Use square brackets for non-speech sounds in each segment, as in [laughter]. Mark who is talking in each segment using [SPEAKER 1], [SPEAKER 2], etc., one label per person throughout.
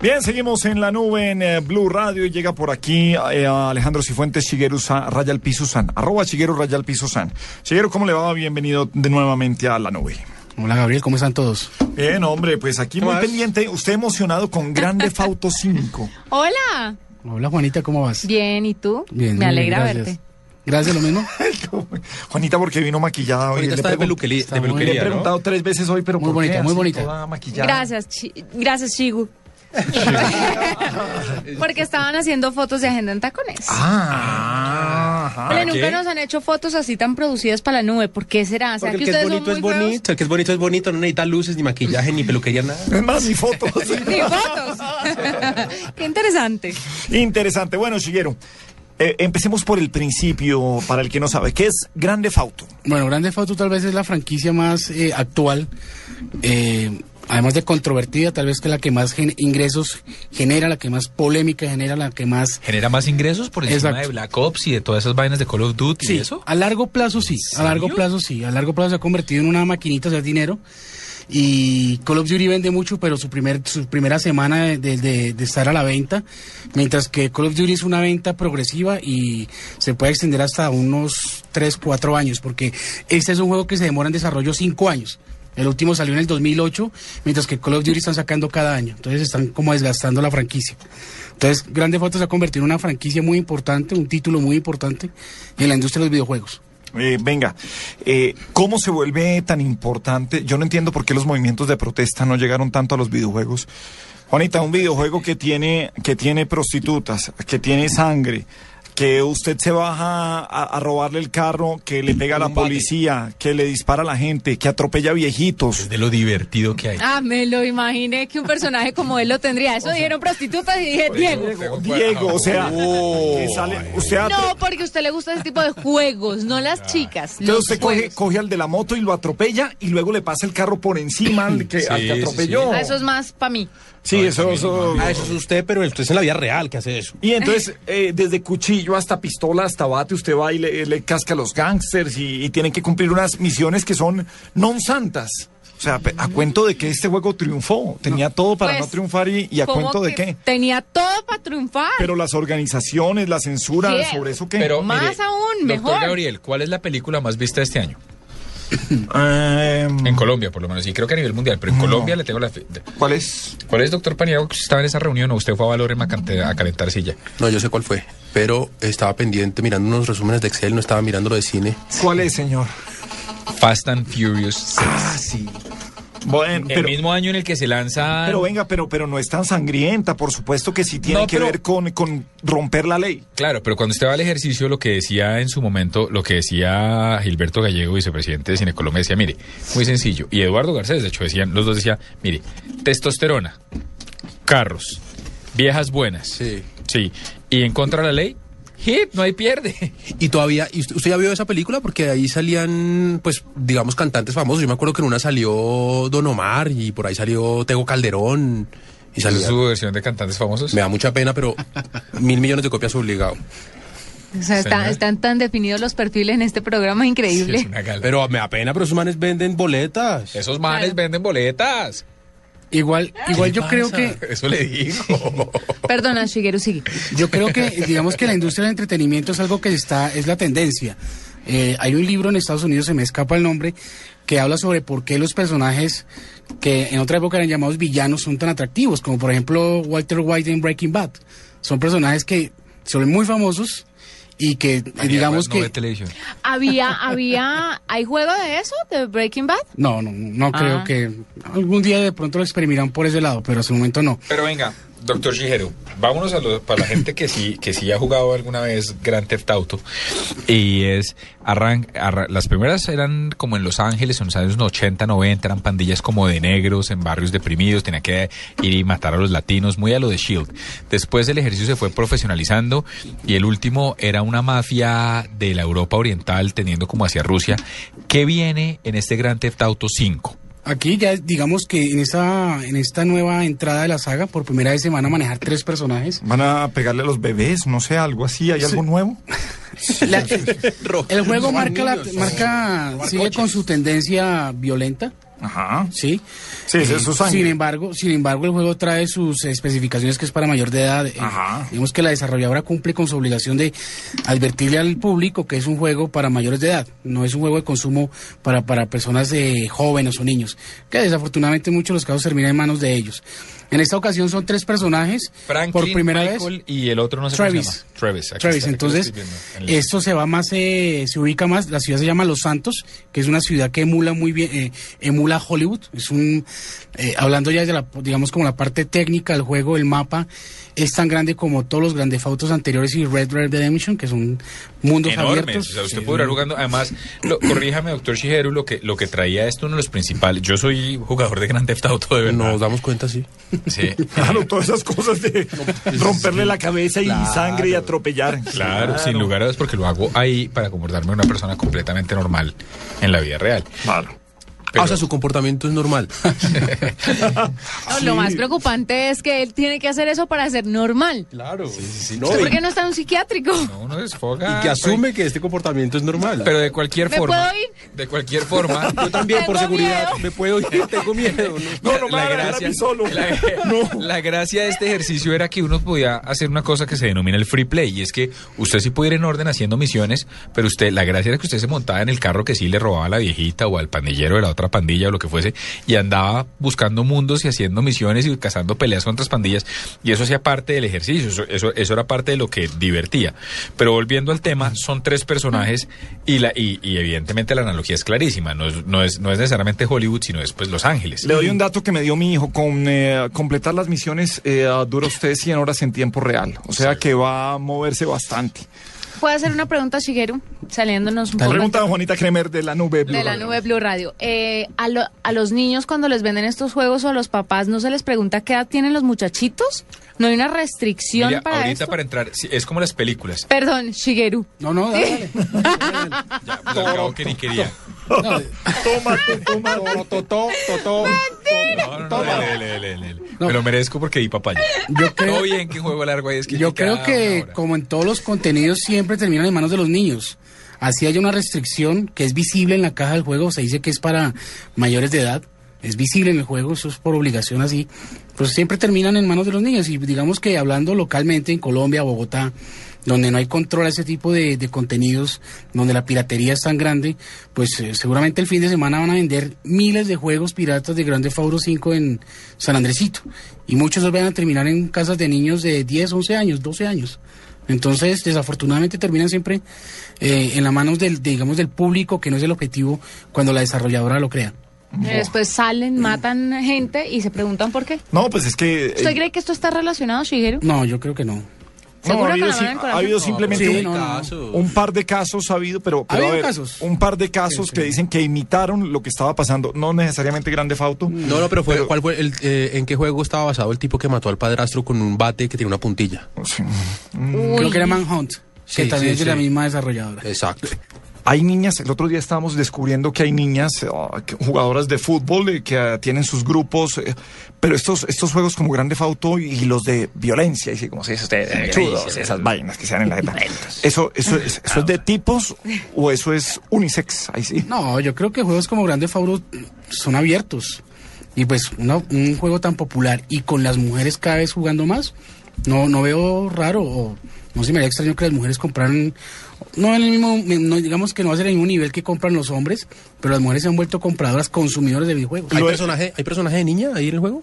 [SPEAKER 1] Bien, seguimos en la nube en eh, Blue Radio y llega por aquí eh, Alejandro Cifuentes, Shigeru Sa- Rayal Piso San, arroba Shigeru Rayal Piso San. Shigeru, ¿cómo le va? Bienvenido de nuevamente a la nube.
[SPEAKER 2] Hola Gabriel, ¿cómo están todos?
[SPEAKER 1] Bien, hombre, pues aquí muy
[SPEAKER 3] vas?
[SPEAKER 1] pendiente, usted emocionado con Grande
[SPEAKER 3] [laughs]
[SPEAKER 1] Fauto 5.
[SPEAKER 4] Hola.
[SPEAKER 2] Hola Juanita, ¿cómo vas?
[SPEAKER 4] Bien, ¿y tú?
[SPEAKER 2] muy
[SPEAKER 4] Me alegra
[SPEAKER 2] gracias.
[SPEAKER 4] verte.
[SPEAKER 2] Gracias, lo mismo.
[SPEAKER 1] Juanita, porque vino maquillada hoy.
[SPEAKER 3] Ahorita
[SPEAKER 1] Le
[SPEAKER 3] está de,
[SPEAKER 1] pregun-
[SPEAKER 3] peluquería,
[SPEAKER 2] está
[SPEAKER 3] de
[SPEAKER 2] muy-
[SPEAKER 1] Le he
[SPEAKER 3] peluquería, ¿no?
[SPEAKER 1] preguntado tres veces hoy, pero
[SPEAKER 2] Muy
[SPEAKER 1] ¿por
[SPEAKER 2] bonita,
[SPEAKER 1] qué
[SPEAKER 2] muy
[SPEAKER 1] así
[SPEAKER 2] bonita.
[SPEAKER 1] toda maquillada?
[SPEAKER 4] Gracias, Chi- gracias,
[SPEAKER 3] [laughs]
[SPEAKER 4] Shigu. Porque estaban haciendo fotos de agenda en tacones.
[SPEAKER 1] Ah, ajá.
[SPEAKER 4] Ole,
[SPEAKER 3] ¿para
[SPEAKER 4] nunca
[SPEAKER 3] qué?
[SPEAKER 4] nos han hecho fotos así tan producidas para la nube. ¿Por qué será? ¿Será
[SPEAKER 3] Porque el que es
[SPEAKER 4] ustedes
[SPEAKER 3] bonito es
[SPEAKER 4] son muy feos?
[SPEAKER 3] bonito, el que es bonito es bonito, no necesita luces, ni maquillaje, ni peluquería, nada.
[SPEAKER 1] Es más, ni fotos.
[SPEAKER 3] [laughs]
[SPEAKER 4] Ni fotos. qué interesante.
[SPEAKER 1] Interesante. Bueno, Shigeru, eh, empecemos por el principio, para el que no sabe. ¿Qué es Grande Fauto?
[SPEAKER 2] Bueno, Grand Theft Auto tal vez es la franquicia más eh, actual, eh, además de controvertida, tal vez que la que más gen- ingresos genera, la que más polémica genera, la que más...
[SPEAKER 5] genera más ingresos por encima
[SPEAKER 2] Exacto.
[SPEAKER 5] de Black Ops y de todas esas vainas de Call of Duty y eso.
[SPEAKER 2] a largo plazo sí, a largo
[SPEAKER 5] serio?
[SPEAKER 2] plazo sí, a largo plazo se ha convertido en una maquinita, o sea, es dinero. Y Call of Duty vende mucho, pero su, primer, su primera semana de, de- de- de estar a la venta, mientras que Call of Duty es una venta progresiva y se puede extender hasta unos 3, 4 años, porque este es un juego que se demora en desarrollo 5 años. El último salió en el 2008, mientras que Call of Duty están sacando cada año. Entonces están como desgastando la franquicia. Entonces, Grande Foto se ha convertido en una franquicia muy importante, un título muy importante en la industria de los videojuegos.
[SPEAKER 1] Eh, venga, eh, ¿cómo se vuelve tan importante? Yo no entiendo por qué los movimientos de protesta no llegaron tanto a los videojuegos. Juanita, un videojuego que tiene, que tiene prostitutas, que tiene sangre, que usted se baja a, a robarle el carro, que le pega a la
[SPEAKER 3] Un bate.
[SPEAKER 1] policía, que le dispara a la gente, que atropella viejitos.
[SPEAKER 5] Es de lo divertido que hay.
[SPEAKER 4] Ah, me lo imaginé que un personaje como él lo tendría. Eso dijeron prostitutas y dije Diego.
[SPEAKER 1] Diego, o sea,
[SPEAKER 3] Oh.
[SPEAKER 1] que sale, usted atro-
[SPEAKER 4] No, porque a usted le gusta ese tipo de juegos, no las chicas.
[SPEAKER 1] Entonces
[SPEAKER 4] los Ah,
[SPEAKER 1] usted coge,
[SPEAKER 4] juegos.
[SPEAKER 1] coge al de la moto y lo atropella y luego le pasa el carro por encima al que, al que
[SPEAKER 3] Sí, sí,
[SPEAKER 1] atropelló.
[SPEAKER 4] Ah, Eso es más para mí.
[SPEAKER 1] Sí, eso, eso-
[SPEAKER 3] Ah, eso es usted, pero usted es en la vida real que hace eso.
[SPEAKER 1] Y entonces, eh, desde cuchillo hasta pistola, hasta bate, usted va y le, le casca a los gángsters y, y tienen que cumplir unas misiones que son non santas. O sea, pe- a cuento de que este juego triunfó, tenía todo para
[SPEAKER 4] Pues,
[SPEAKER 1] no triunfar y, y a
[SPEAKER 4] ¿cómo
[SPEAKER 1] cuento de
[SPEAKER 4] que
[SPEAKER 1] qué.
[SPEAKER 4] Tenía todo para triunfar.
[SPEAKER 1] Pero las organizaciones, la censura,
[SPEAKER 4] ¿Qué?
[SPEAKER 1] sobre eso qué.
[SPEAKER 5] Pero
[SPEAKER 4] Más
[SPEAKER 5] mire,
[SPEAKER 4] aún, mejor.
[SPEAKER 5] Doctor Gabriel, ¿cuál es la película más vista este año?
[SPEAKER 1] Em,
[SPEAKER 5] En Colombia, por lo menos, y creo que a nivel mundial, pero en
[SPEAKER 1] No.
[SPEAKER 5] Colombia le tengo la... fe-
[SPEAKER 1] ¿Cuál es?
[SPEAKER 5] ¿Cuál es, doctor Paniagua, que usted estaba en esa reunión o usted fue a Valorem a, cante- a calentar silla?
[SPEAKER 6] No, yo sé cuál fue, pero estaba pendiente mirando unos resúmenes de Excel, no estaba mirando lo de cine.
[SPEAKER 1] ¿Cuál es, señor?
[SPEAKER 5] Fast and Furious 6.
[SPEAKER 1] Bueno,
[SPEAKER 5] el mismo año en el que se lanza...
[SPEAKER 1] Pero venga, pero, pero no es tan sangrienta, por supuesto que sí tiene
[SPEAKER 5] No,
[SPEAKER 1] que
[SPEAKER 5] pero-
[SPEAKER 1] ver con, con romper la ley.
[SPEAKER 5] Claro, pero cuando usted va al ejercicio, lo que decía en su momento, lo que decía Gilberto Gallego, vicepresidente de Cine Colombia, decía, mire, muy sencillo. Y Eduardo Garcés, de hecho, decían, los dos decían, mire, testosterona, carros, viejas buenas.
[SPEAKER 6] Sí.
[SPEAKER 5] Sí. Y en contra de la ley, hit, no hay pierde. [laughs]
[SPEAKER 6] Y todavía, y usted, usted ya vio esa película porque ahí salían, pues, digamos, cantantes famosos. Yo me acuerdo que en una salió Don Omar y por ahí salió Tego Calderón y
[SPEAKER 5] ¿Esa
[SPEAKER 6] salió.
[SPEAKER 5] es su versión de cantantes famosos?
[SPEAKER 6] Me da mucha pena, pero mil millones de copias obligado.
[SPEAKER 4] O sea, está-
[SPEAKER 5] Señor.
[SPEAKER 4] están tan definidos los perfiles en este programa, increíble.
[SPEAKER 5] Sí, es una gala.
[SPEAKER 6] Pero me da pena, pero esos manes venden boletas. [laughs]
[SPEAKER 5] Esos manes
[SPEAKER 4] Claro.
[SPEAKER 5] venden boletas.
[SPEAKER 2] Igual, igual Pues yo creo que
[SPEAKER 5] [laughs] Eso le digo.
[SPEAKER 4] Perdona, Shigeru, sigue.
[SPEAKER 2] Yo creo que, digamos que la industria del entretenimiento es algo que está, es la tendencia. Eh, hay un libro en Estados Unidos, se me escapa el nombre, que habla sobre por qué los personajes que en otra época eran llamados villanos son tan atractivos, como por ejemplo Walter White en Breaking Bad. Son personajes que son muy famosos [laughs] y que, eh, digamos
[SPEAKER 5] no
[SPEAKER 2] que...
[SPEAKER 5] ve televisión.
[SPEAKER 4] Había, había, ¿hay juego de eso? ¿De Breaking Bad?
[SPEAKER 2] No, no, no creo
[SPEAKER 4] Ah.
[SPEAKER 2] que... Algún día de pronto lo experimentarán por ese lado, pero hasta el momento no.
[SPEAKER 5] Pero venga, doctor Shigeru, vámonos a lo, para la gente que sí, que sí ha jugado alguna vez Grand Theft Auto. Y es, arran, arra- las primeras eran como en Los Ángeles, en los años 80, 90, eran pandillas como de negros, en barrios deprimidos, tenía que ir y matar a los latinos, muy a lo de Shield. Después el ejercicio se fue profesionalizando y el último era una mafia de la Europa Oriental, teniendo como hacia Rusia. ¿Qué viene en este Grand Theft Auto 5?
[SPEAKER 2] Aquí ya digamos que en esta, en esta nueva entrada de la saga, por primera vez se van a manejar tres personajes.
[SPEAKER 1] Van a pegarle a los bebés, no sé, algo así, ¿hay algo nuevo?
[SPEAKER 2] La- el juego
[SPEAKER 6] Son
[SPEAKER 2] marca, la,
[SPEAKER 6] niños, son-
[SPEAKER 2] marca sigue con su tendencia violenta.
[SPEAKER 1] Ajá.
[SPEAKER 2] ¿sí?
[SPEAKER 1] Sí, ese es su sangre.
[SPEAKER 2] Sin embargo, sin embargo, el juego trae sus especificaciones que es para mayor de edad. Eh,
[SPEAKER 1] Ajá.
[SPEAKER 2] digamos que la desarrolladora cumple con su obligación de advertirle al público que es un juego para mayores de edad. No es un juego de consumo para, para personas eh, jóvenes o niños, que desafortunadamente en muchos de los casos termina en manos de ellos. En esta ocasión son tres personajes
[SPEAKER 5] Franklin,
[SPEAKER 2] por primera vez.
[SPEAKER 5] Michael y el otro no sé
[SPEAKER 2] Travis.
[SPEAKER 5] cómo se llama. Travis. aquí
[SPEAKER 2] Travis,
[SPEAKER 5] está, aquí lo
[SPEAKER 2] entonces,
[SPEAKER 5] estoy viendo en el-
[SPEAKER 2] esto se va más, eh, se ubica más, la ciudad se llama Los Santos, que es una ciudad que emula muy bien, eh, emula Hollywood, es un, eh, hablando ya de la, digamos como la parte técnica del juego, el mapa, es tan grande como todos los grandes autos anteriores y Red Red Redemption, que son mundos abiertos.
[SPEAKER 5] enormes. O sea, usted puede durar jugando. Además, lo- corríjame, doctor Shigeru, lo que, lo que traía esto, uno de los principales. Yo soy jugador de Grand Theft Auto, de verdad.
[SPEAKER 6] Nos damos cuenta, sí.
[SPEAKER 5] Sí.
[SPEAKER 1] Claro, todas esas cosas de romperle la cabeza y sangre y atropellar.
[SPEAKER 5] Claro, sin lugar a dudas, porque lo hago ahí para comportarme una persona completamente normal en la vida
[SPEAKER 4] [laughs]
[SPEAKER 5] real.
[SPEAKER 1] Claro.
[SPEAKER 5] Pero-
[SPEAKER 6] Ah, o sea, su comportamiento es normal.
[SPEAKER 4] No, Lo más preocupante es que él tiene que hacer eso para ser normal.
[SPEAKER 6] [laughs] Claro.
[SPEAKER 4] ¿Usted ¿Por qué no está en un psiquiátrico?
[SPEAKER 5] No, uno desfoga. pues,
[SPEAKER 6] Y que asume que este comportamiento es normal.
[SPEAKER 5] Pero de cualquier
[SPEAKER 4] ¿Me
[SPEAKER 5] forma.
[SPEAKER 4] puedo ir?
[SPEAKER 5] De cualquier forma.
[SPEAKER 6] [laughs] yo
[SPEAKER 4] [laughs]
[SPEAKER 6] también, por
[SPEAKER 4] Tengo
[SPEAKER 6] seguridad,
[SPEAKER 4] miedo.
[SPEAKER 6] me puedo ir, tengo miedo. ¿no?
[SPEAKER 1] No, no me van a dejar a mí solo.
[SPEAKER 5] [laughs] La, la gracia de este ejercicio era que uno podía hacer una cosa que se denomina el free play y es que usted sí pudiera ir en orden haciendo misiones, pero usted la gracia era que usted se montaba en el carro que sí le robaba a la viejita o al pandillero de la otra pandilla o lo que fuese y andaba buscando mundos y haciendo misiones y cazando peleas con otras pandillas y eso hacía parte del ejercicio, eso, eso, eso era parte de lo que divertía. Pero volviendo al tema, son tres personajes y la y, y evidentemente la analogía es clarísima, no es, no es no es necesariamente Hollywood, sino es pues Los Ángeles.
[SPEAKER 1] Le doy un dato que me dio mi hijo. Con eh, completar las misiones eh, dura usted 100 horas en tiempo real. O sea que va a moverse bastante.
[SPEAKER 4] ¿Puedo hacer una pregunta, Shigeru? Saliéndonos un poco.
[SPEAKER 1] Pregunta a Juanita Kremer de la nube.
[SPEAKER 4] De la nube Blue Radio. Eh, a, lo- a los niños cuando les venden estos juegos o a los papás, ¿no se les pregunta qué edad tienen los muchachitos? ¿No hay una restricción
[SPEAKER 5] Mira,
[SPEAKER 4] para
[SPEAKER 5] ahorita
[SPEAKER 4] esto?
[SPEAKER 5] para entrar, sí, es como las películas.
[SPEAKER 4] [laughs] Perdón, Shigeru.
[SPEAKER 2] No, no, dale, dale.
[SPEAKER 5] Ya, pues, al cabo que ni quería.
[SPEAKER 1] Toma, toma.
[SPEAKER 6] Totó, totó.
[SPEAKER 5] No, no, no, dele, dele, dele, dele. Me lo merezco porque di papaya. [laughs]
[SPEAKER 2] Yo creo-
[SPEAKER 5] Todo bien que juego largo ahí es que
[SPEAKER 2] Yo
[SPEAKER 5] ni cada
[SPEAKER 2] creo que,
[SPEAKER 5] una hora.
[SPEAKER 2] como en todos los contenidos, siempre terminan en manos de los niños. Así hay una restricción que es visible en la caja del juego, se dice que es para mayores de edad, es visible en el juego, eso es por obligación así, pues siempre terminan en manos de los niños. Y digamos que hablando localmente en Colombia, Bogotá, donde no hay control a ese tipo de, de contenidos, donde la piratería es tan grande, pues eh, seguramente el fin de semana van a vender miles de juegos piratas de Grande Fauro 5 en San Andresito. Y muchos van a terminar en casas de niños de 10, 11 años, 12 años. Entonces, desafortunadamente terminan siempre eh, en las manos del, de, digamos, del público, que no es el objetivo cuando la desarrolladora lo crea.
[SPEAKER 4] Eh, Después salen, matan gente y se preguntan por qué.
[SPEAKER 1] No, pues es que. eh,
[SPEAKER 4] ¿Usted cree que esto está relacionado, Shigeru?
[SPEAKER 2] No, yo creo que no.
[SPEAKER 1] no,
[SPEAKER 4] ¿Seguro
[SPEAKER 1] ha,
[SPEAKER 4] que
[SPEAKER 1] habido,
[SPEAKER 4] la
[SPEAKER 1] sí-
[SPEAKER 4] van a
[SPEAKER 1] ha habido
[SPEAKER 4] encontrar?
[SPEAKER 1] simplemente
[SPEAKER 2] Sí,
[SPEAKER 1] un-
[SPEAKER 2] no, no, no.
[SPEAKER 1] Un par de casos ha habido, pero, pero,
[SPEAKER 2] habido
[SPEAKER 1] a ver,
[SPEAKER 2] casos.
[SPEAKER 1] un par de casos
[SPEAKER 2] Sí, sí.
[SPEAKER 1] que dicen que imitaron lo que estaba pasando, no necesariamente grande fauto.
[SPEAKER 2] Mm.
[SPEAKER 6] No, no, pero, fue, ¿cuál fue el, eh, ¿en qué juego estaba basado el tipo que mató al padrastro con un bate que tiene una puntilla?
[SPEAKER 2] Creo
[SPEAKER 4] Uy,
[SPEAKER 2] que era Manhunt, que
[SPEAKER 6] Mm. Sí,
[SPEAKER 2] también es
[SPEAKER 6] sí,
[SPEAKER 2] de la
[SPEAKER 6] sí.
[SPEAKER 2] misma desarrolladora.
[SPEAKER 6] Exacto.
[SPEAKER 1] Hay niñas, el otro día estábamos descubriendo que hay niñas eh, que- jugadoras de fútbol eh, que ah, tienen sus grupos, eh, pero estos, estos juegos como Grande Fauto y, y los de violencia, y sí, como se dice usted, eh, chudos, esas vainas que se dan
[SPEAKER 2] [laughs]
[SPEAKER 1] en la jeta. Eso, eso, es, eso es de tipos o eso es unisex, ahí sí.
[SPEAKER 2] No, yo creo que juegos como Grande Fauro son abiertos. Y pues una- un juego tan popular y con las mujeres cada vez jugando más, no, no veo raro o no se me haría extraño que las mujeres compraran, no en el mismo, no, digamos que no va a ser el mismo nivel que compran los hombres, pero las mujeres se han vuelto compradoras, consumidoras de videojuegos.
[SPEAKER 6] ¿Hay personaje, ¿Hay personaje de niña ahí en el juego?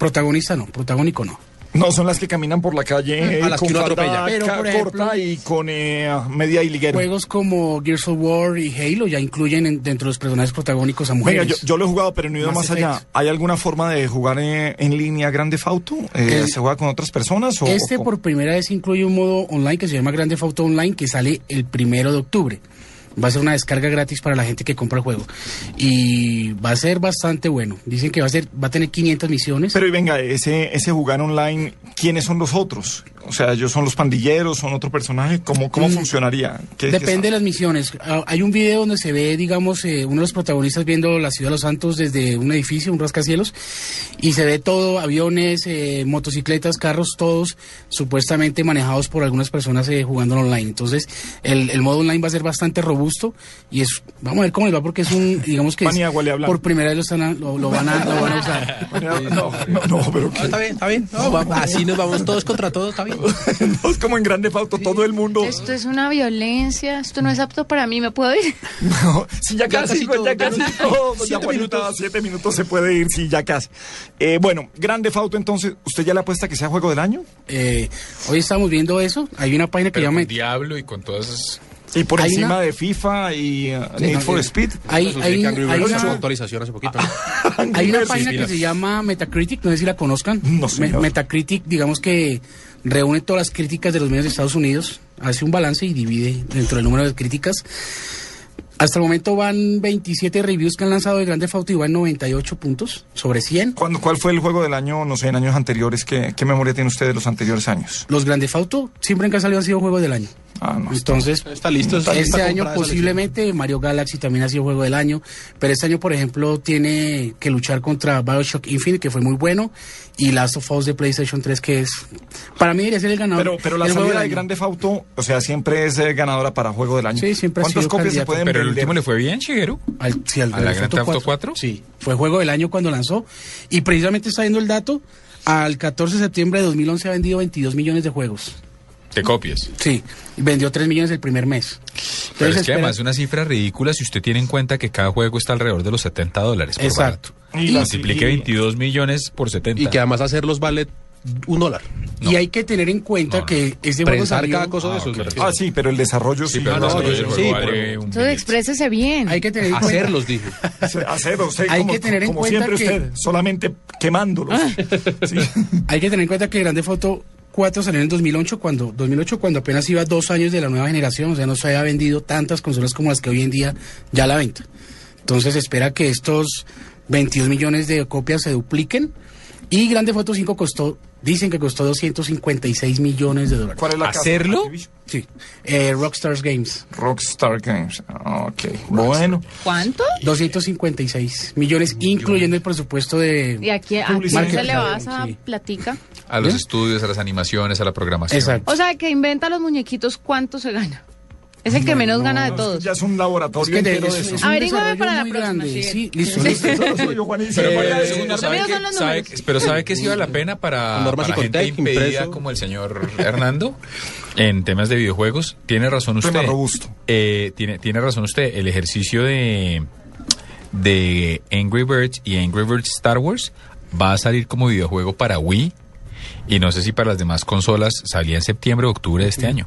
[SPEAKER 2] Protagonista no, protagónico no.
[SPEAKER 1] No son las que caminan por la calle
[SPEAKER 6] A las
[SPEAKER 1] con
[SPEAKER 6] que uno
[SPEAKER 1] falda
[SPEAKER 6] atropella.
[SPEAKER 2] Pero,
[SPEAKER 1] ca-
[SPEAKER 2] por ejemplo-
[SPEAKER 1] corta y con eh, media y liguero.
[SPEAKER 2] Juegos como Gears of War y Halo ya incluyen en- dentro de los personajes protagónicos a mujeres.
[SPEAKER 1] Venga, yo, yo lo he jugado, pero no he ido más,
[SPEAKER 2] Mass
[SPEAKER 1] allá.
[SPEAKER 2] Effect.
[SPEAKER 1] ¿Hay alguna forma de jugar eh, en, línea Grande Fauto? Eh,
[SPEAKER 2] El-
[SPEAKER 1] ¿Se juega con otras personas? O,
[SPEAKER 2] Este
[SPEAKER 1] o-
[SPEAKER 2] por primera vez incluye un modo online que se llama Grande Auto Online que sale el primero de octubre. Va a ser una descarga gratis para la gente que compra el juego. Y va a ser bastante bueno. Dicen que va a ser, va a tener 500 misiones.
[SPEAKER 1] Pero y venga, ese, ese jugar online, ¿quiénes son los otros? O sea, ellos son los pandilleros, son otro personaje. ¿Cómo, cómo
[SPEAKER 2] Mm.
[SPEAKER 1] funcionaría? ¿Qué- qué
[SPEAKER 2] Depende de
[SPEAKER 1] sabe?
[SPEAKER 2] las misiones. Ah, Hay un video donde se ve, digamos, eh, uno de los protagonistas viendo la ciudad de Los Santos desde un edificio, un rascacielos, y se ve todo, aviones, eh, motocicletas, carros, todos supuestamente manejados por algunas personas eh, jugando online. Entonces, el, el modo online va a ser bastante robusto y es, vamos a ver cómo les va porque es un, digamos que es-
[SPEAKER 1] Paniagua le habla.
[SPEAKER 2] por primera vez lo, están a- lo- lo van a, lo van a
[SPEAKER 5] [laughs]
[SPEAKER 2] usar.
[SPEAKER 1] [laughs]
[SPEAKER 2] [laughs]
[SPEAKER 1] No, no, no, pero
[SPEAKER 6] Ah, está bien, está bien. No, va- así nos vamos todos contra todos, está bien.
[SPEAKER 1] que- no, es como en Grande Fauto, todo el mundo.
[SPEAKER 4] Esto es una violencia, esto no es apto para mí, ¿me puedo
[SPEAKER 2] [laughs]
[SPEAKER 4] ir?
[SPEAKER 1] No, sí, ya
[SPEAKER 6] Ya
[SPEAKER 1] casi,
[SPEAKER 6] casi todo,
[SPEAKER 1] ya
[SPEAKER 6] ya
[SPEAKER 1] casi.
[SPEAKER 6] no-
[SPEAKER 1] todo,
[SPEAKER 6] siete
[SPEAKER 1] doña Juanita,
[SPEAKER 6] minutos.
[SPEAKER 1] siete minutos se puede ir, sí, ya casi. Eh, bueno, Grande Fauto, entonces, ¿usted ya le apuesta que sea juego del año?
[SPEAKER 2] Eh, hoy estamos viendo eso. Hay una página que
[SPEAKER 5] Pero
[SPEAKER 2] llama
[SPEAKER 5] con Diablo y con todas esas...
[SPEAKER 1] Y por
[SPEAKER 2] Hay
[SPEAKER 1] encima
[SPEAKER 2] una-
[SPEAKER 1] de FIFA y uh,
[SPEAKER 2] Sí,
[SPEAKER 1] Need
[SPEAKER 2] no,
[SPEAKER 1] for
[SPEAKER 2] eh,
[SPEAKER 1] Speed.
[SPEAKER 2] Hay,
[SPEAKER 6] Resulta
[SPEAKER 2] hay,
[SPEAKER 6] que Angry
[SPEAKER 2] hay
[SPEAKER 6] Birds tuvo
[SPEAKER 2] una,
[SPEAKER 6] actualización hace poquito.
[SPEAKER 2] Hay
[SPEAKER 1] [laughs]
[SPEAKER 2] una
[SPEAKER 1] Angry
[SPEAKER 2] página
[SPEAKER 1] Birds.
[SPEAKER 2] que se llama Metacritic, no sé si la conozcan.
[SPEAKER 1] No, señor.
[SPEAKER 2] Metacritic, digamos que reúne todas las críticas de los medios de Estados Unidos, hace un balance y divide dentro del número de críticas. Hasta el momento van 27 reviews que han lanzado de Grande Fauto y van 98 puntos sobre 100.
[SPEAKER 1] ¿Cuándo- ¿Cuál fue el juego del año, no sé, en años anteriores? ¿Qué, qué memoria tiene usted de los anteriores años?
[SPEAKER 2] Los Grande Fauto siempre en que han salido han sido juegos del año.
[SPEAKER 1] Ah, no.
[SPEAKER 2] Entonces,
[SPEAKER 6] Está listo. está listo
[SPEAKER 2] este
[SPEAKER 6] para
[SPEAKER 2] año
[SPEAKER 6] comprar esa lección.
[SPEAKER 2] posiblemente Mario Galaxy también ha sido juego del año, pero este año por ejemplo tiene que luchar contra BioShock Infinite que fue muy bueno y Last of Us de PlayStation 3 que es para mí debería ser el ganador.
[SPEAKER 1] Pero, pero la
[SPEAKER 2] del juego
[SPEAKER 1] salida de
[SPEAKER 2] del año.
[SPEAKER 1] Grande Fauto, o sea, siempre es eh, ganadora para juego del año.
[SPEAKER 2] Sí, siempre ha
[SPEAKER 1] ¿Cuántas
[SPEAKER 2] sido
[SPEAKER 1] copias se
[SPEAKER 2] candidato.
[SPEAKER 1] pueden
[SPEAKER 5] Pero el
[SPEAKER 1] vender?
[SPEAKER 5] último le fue bien, Shigeru.
[SPEAKER 2] Al, sí, al
[SPEAKER 5] ¿A la
[SPEAKER 2] Grand Theft
[SPEAKER 5] Grand Theft Auto 4?
[SPEAKER 2] Sí, fue juego del año cuando lanzó y precisamente está viendo el dato al 14 de septiembre de 2011 ha vendido 22 millones de juegos.
[SPEAKER 5] Te copias.
[SPEAKER 2] Sí, y vendió 3 millones el primer mes.
[SPEAKER 5] Pero
[SPEAKER 2] Entonces,
[SPEAKER 5] es que además es
[SPEAKER 2] espera-
[SPEAKER 5] una cifra ridícula si usted tiene en cuenta que cada juego está alrededor de los 70 dólares por
[SPEAKER 2] Exacto.
[SPEAKER 5] barato.
[SPEAKER 1] Y-
[SPEAKER 5] multiplique
[SPEAKER 1] y-
[SPEAKER 5] 22 millones por 70.
[SPEAKER 6] Y que además hacerlos vale un dólar.
[SPEAKER 2] Y hay que tener en cuenta
[SPEAKER 5] No, no.
[SPEAKER 2] que ese juego
[SPEAKER 6] Prensar
[SPEAKER 2] salió-
[SPEAKER 6] cada cosa de
[SPEAKER 5] Ah,
[SPEAKER 6] esos.
[SPEAKER 5] ok.
[SPEAKER 6] me refiero.
[SPEAKER 1] Ah, sí, pero el desarrollo
[SPEAKER 5] sí, pero
[SPEAKER 1] Ah,
[SPEAKER 5] el
[SPEAKER 1] no,
[SPEAKER 5] desarrollo del
[SPEAKER 1] eh,
[SPEAKER 5] juego
[SPEAKER 6] sí,
[SPEAKER 5] vale un
[SPEAKER 4] Entonces
[SPEAKER 5] billete.
[SPEAKER 4] exprésese bien.
[SPEAKER 2] hay que tener en cuenta
[SPEAKER 6] Hacerlos, dije.
[SPEAKER 1] Hacer, usted,
[SPEAKER 2] Hay
[SPEAKER 1] como,
[SPEAKER 2] que tener en
[SPEAKER 1] como
[SPEAKER 2] cuenta
[SPEAKER 1] siempre
[SPEAKER 2] que- Ah.
[SPEAKER 1] usted, solamente quemándolos. Sí.
[SPEAKER 2] Hay que tener en cuenta que Grande Foto 4 salió en el 2008 cuando, 2008, cuando apenas iba dos años de la nueva generación, o sea, no se había vendido tantas consolas como las que hoy en día ya a la venta. Entonces se espera que estos 22 millones de copias se dupliquen y Grande Foto 5 costó, dicen que costó 256 millones de dólares.
[SPEAKER 1] ¿Cuál es la casa?
[SPEAKER 5] ¿Hacerlo?
[SPEAKER 1] Activision.
[SPEAKER 2] Sí, eh, Rockstars Games,
[SPEAKER 1] Rockstar Games. Ah, Ok, bueno.
[SPEAKER 4] ¿Cuánto?
[SPEAKER 2] 256 millones, incluyendo el presupuesto
[SPEAKER 4] ¿Y
[SPEAKER 2] de...
[SPEAKER 4] aquí, a
[SPEAKER 1] Publicidad.
[SPEAKER 4] quién se le va esa
[SPEAKER 2] Sí.
[SPEAKER 4] platica?
[SPEAKER 5] A los estudios, a las animaciones, a la programación.
[SPEAKER 2] Exacto.
[SPEAKER 4] O sea, el que inventa los muñequitos, ¿cuánto se gana? Es el que menos gana de todos.
[SPEAKER 1] Ya es un laboratorio
[SPEAKER 2] Es que de-
[SPEAKER 1] entero de
[SPEAKER 2] es-
[SPEAKER 1] eso.
[SPEAKER 2] es un
[SPEAKER 4] Averígüeme
[SPEAKER 2] desarrollo
[SPEAKER 4] para la
[SPEAKER 2] muy
[SPEAKER 4] próxima,
[SPEAKER 2] grande.
[SPEAKER 4] sí.
[SPEAKER 2] Sí,
[SPEAKER 4] [laughs]
[SPEAKER 2] eh, listo, listo.
[SPEAKER 1] Eso lo soy yo, Juan, y se lo voy a
[SPEAKER 5] Pero,
[SPEAKER 1] decir.
[SPEAKER 5] segundo, ¿sabe
[SPEAKER 4] míos
[SPEAKER 5] qué-
[SPEAKER 4] son los
[SPEAKER 5] sabe-
[SPEAKER 4] números.
[SPEAKER 5] pero ¿sabe qué sí vale la pena para,
[SPEAKER 6] Con normas
[SPEAKER 5] para gente
[SPEAKER 6] Psicotec,
[SPEAKER 5] impedida
[SPEAKER 6] impreso.
[SPEAKER 5] como el señor Hernando en temas de videojuegos? Tiene razón usted.
[SPEAKER 1] Tema robusto.
[SPEAKER 5] Eh, tiene, tiene razón usted. El ejercicio de, de Angry Birds y Angry Birds Star Wars va a salir como videojuego para Wii y no sé si para las demás consolas salía en septiembre o octubre de este año.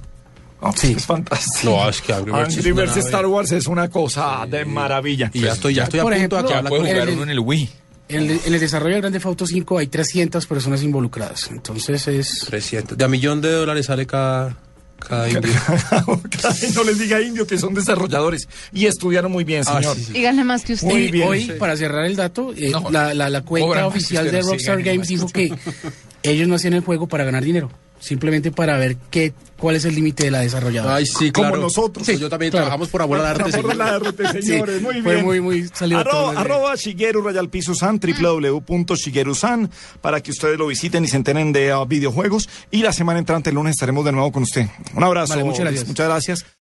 [SPEAKER 1] Ah, pues
[SPEAKER 2] Sí.
[SPEAKER 1] Es fantástico.
[SPEAKER 6] No, es que Angry Birds es
[SPEAKER 1] Angry
[SPEAKER 6] una
[SPEAKER 1] Birds
[SPEAKER 6] nave.
[SPEAKER 1] Star Wars es una cosa de maravilla.
[SPEAKER 6] Y ya estoy, ya estoy a
[SPEAKER 2] Por
[SPEAKER 6] punto
[SPEAKER 2] ejemplo,
[SPEAKER 6] de que
[SPEAKER 5] Ya
[SPEAKER 6] habla
[SPEAKER 5] puede
[SPEAKER 6] con
[SPEAKER 5] jugar
[SPEAKER 2] el-
[SPEAKER 5] uno en el Wii.
[SPEAKER 2] En el, en el desarrollo de Grande Auto 5 hay 300 personas involucradas. Entonces es.
[SPEAKER 6] 300. De a millón de dólares sale cada, cada indio.
[SPEAKER 1] [laughs] Ay, no les diga indio que son desarrolladores y estudiaron muy bien,
[SPEAKER 6] Ah,
[SPEAKER 1] señor.
[SPEAKER 6] sí, sí.
[SPEAKER 4] Y gana más que usted.
[SPEAKER 1] Muy
[SPEAKER 2] Hoy,
[SPEAKER 1] bien.
[SPEAKER 2] hoy,
[SPEAKER 1] Sí.
[SPEAKER 2] para cerrar el dato, eh,
[SPEAKER 5] No,
[SPEAKER 2] la, la- la
[SPEAKER 5] cobran
[SPEAKER 2] cuenta
[SPEAKER 5] más
[SPEAKER 2] oficial
[SPEAKER 5] que
[SPEAKER 2] de
[SPEAKER 5] ustedes,
[SPEAKER 2] Rockstar
[SPEAKER 5] sigan,
[SPEAKER 2] Games dijo que ellos no hacían el juego para ganar dinero, simplemente para ver qué, cuál es el límite de la desarrolladora.
[SPEAKER 6] Ay, sí,
[SPEAKER 1] Como
[SPEAKER 6] claro.
[SPEAKER 1] nosotros.
[SPEAKER 6] Sí, yo también
[SPEAKER 2] claro.
[SPEAKER 6] trabajamos por amor al arte.
[SPEAKER 1] Por
[SPEAKER 6] señor.
[SPEAKER 1] la RT, señores,
[SPEAKER 2] Sí,
[SPEAKER 1] muy
[SPEAKER 2] fue
[SPEAKER 1] bien.
[SPEAKER 2] muy, muy salido todo
[SPEAKER 1] Arroba,
[SPEAKER 2] desde-
[SPEAKER 1] arroba Shigeru Rayal Piso San, www.shigerusan, para que ustedes lo visiten y se enteren de ah, videojuegos. Y la semana entrante, el lunes, estaremos de nuevo con usted. Un abrazo.
[SPEAKER 2] Vale, muchas gracias.
[SPEAKER 1] Muchas gracias.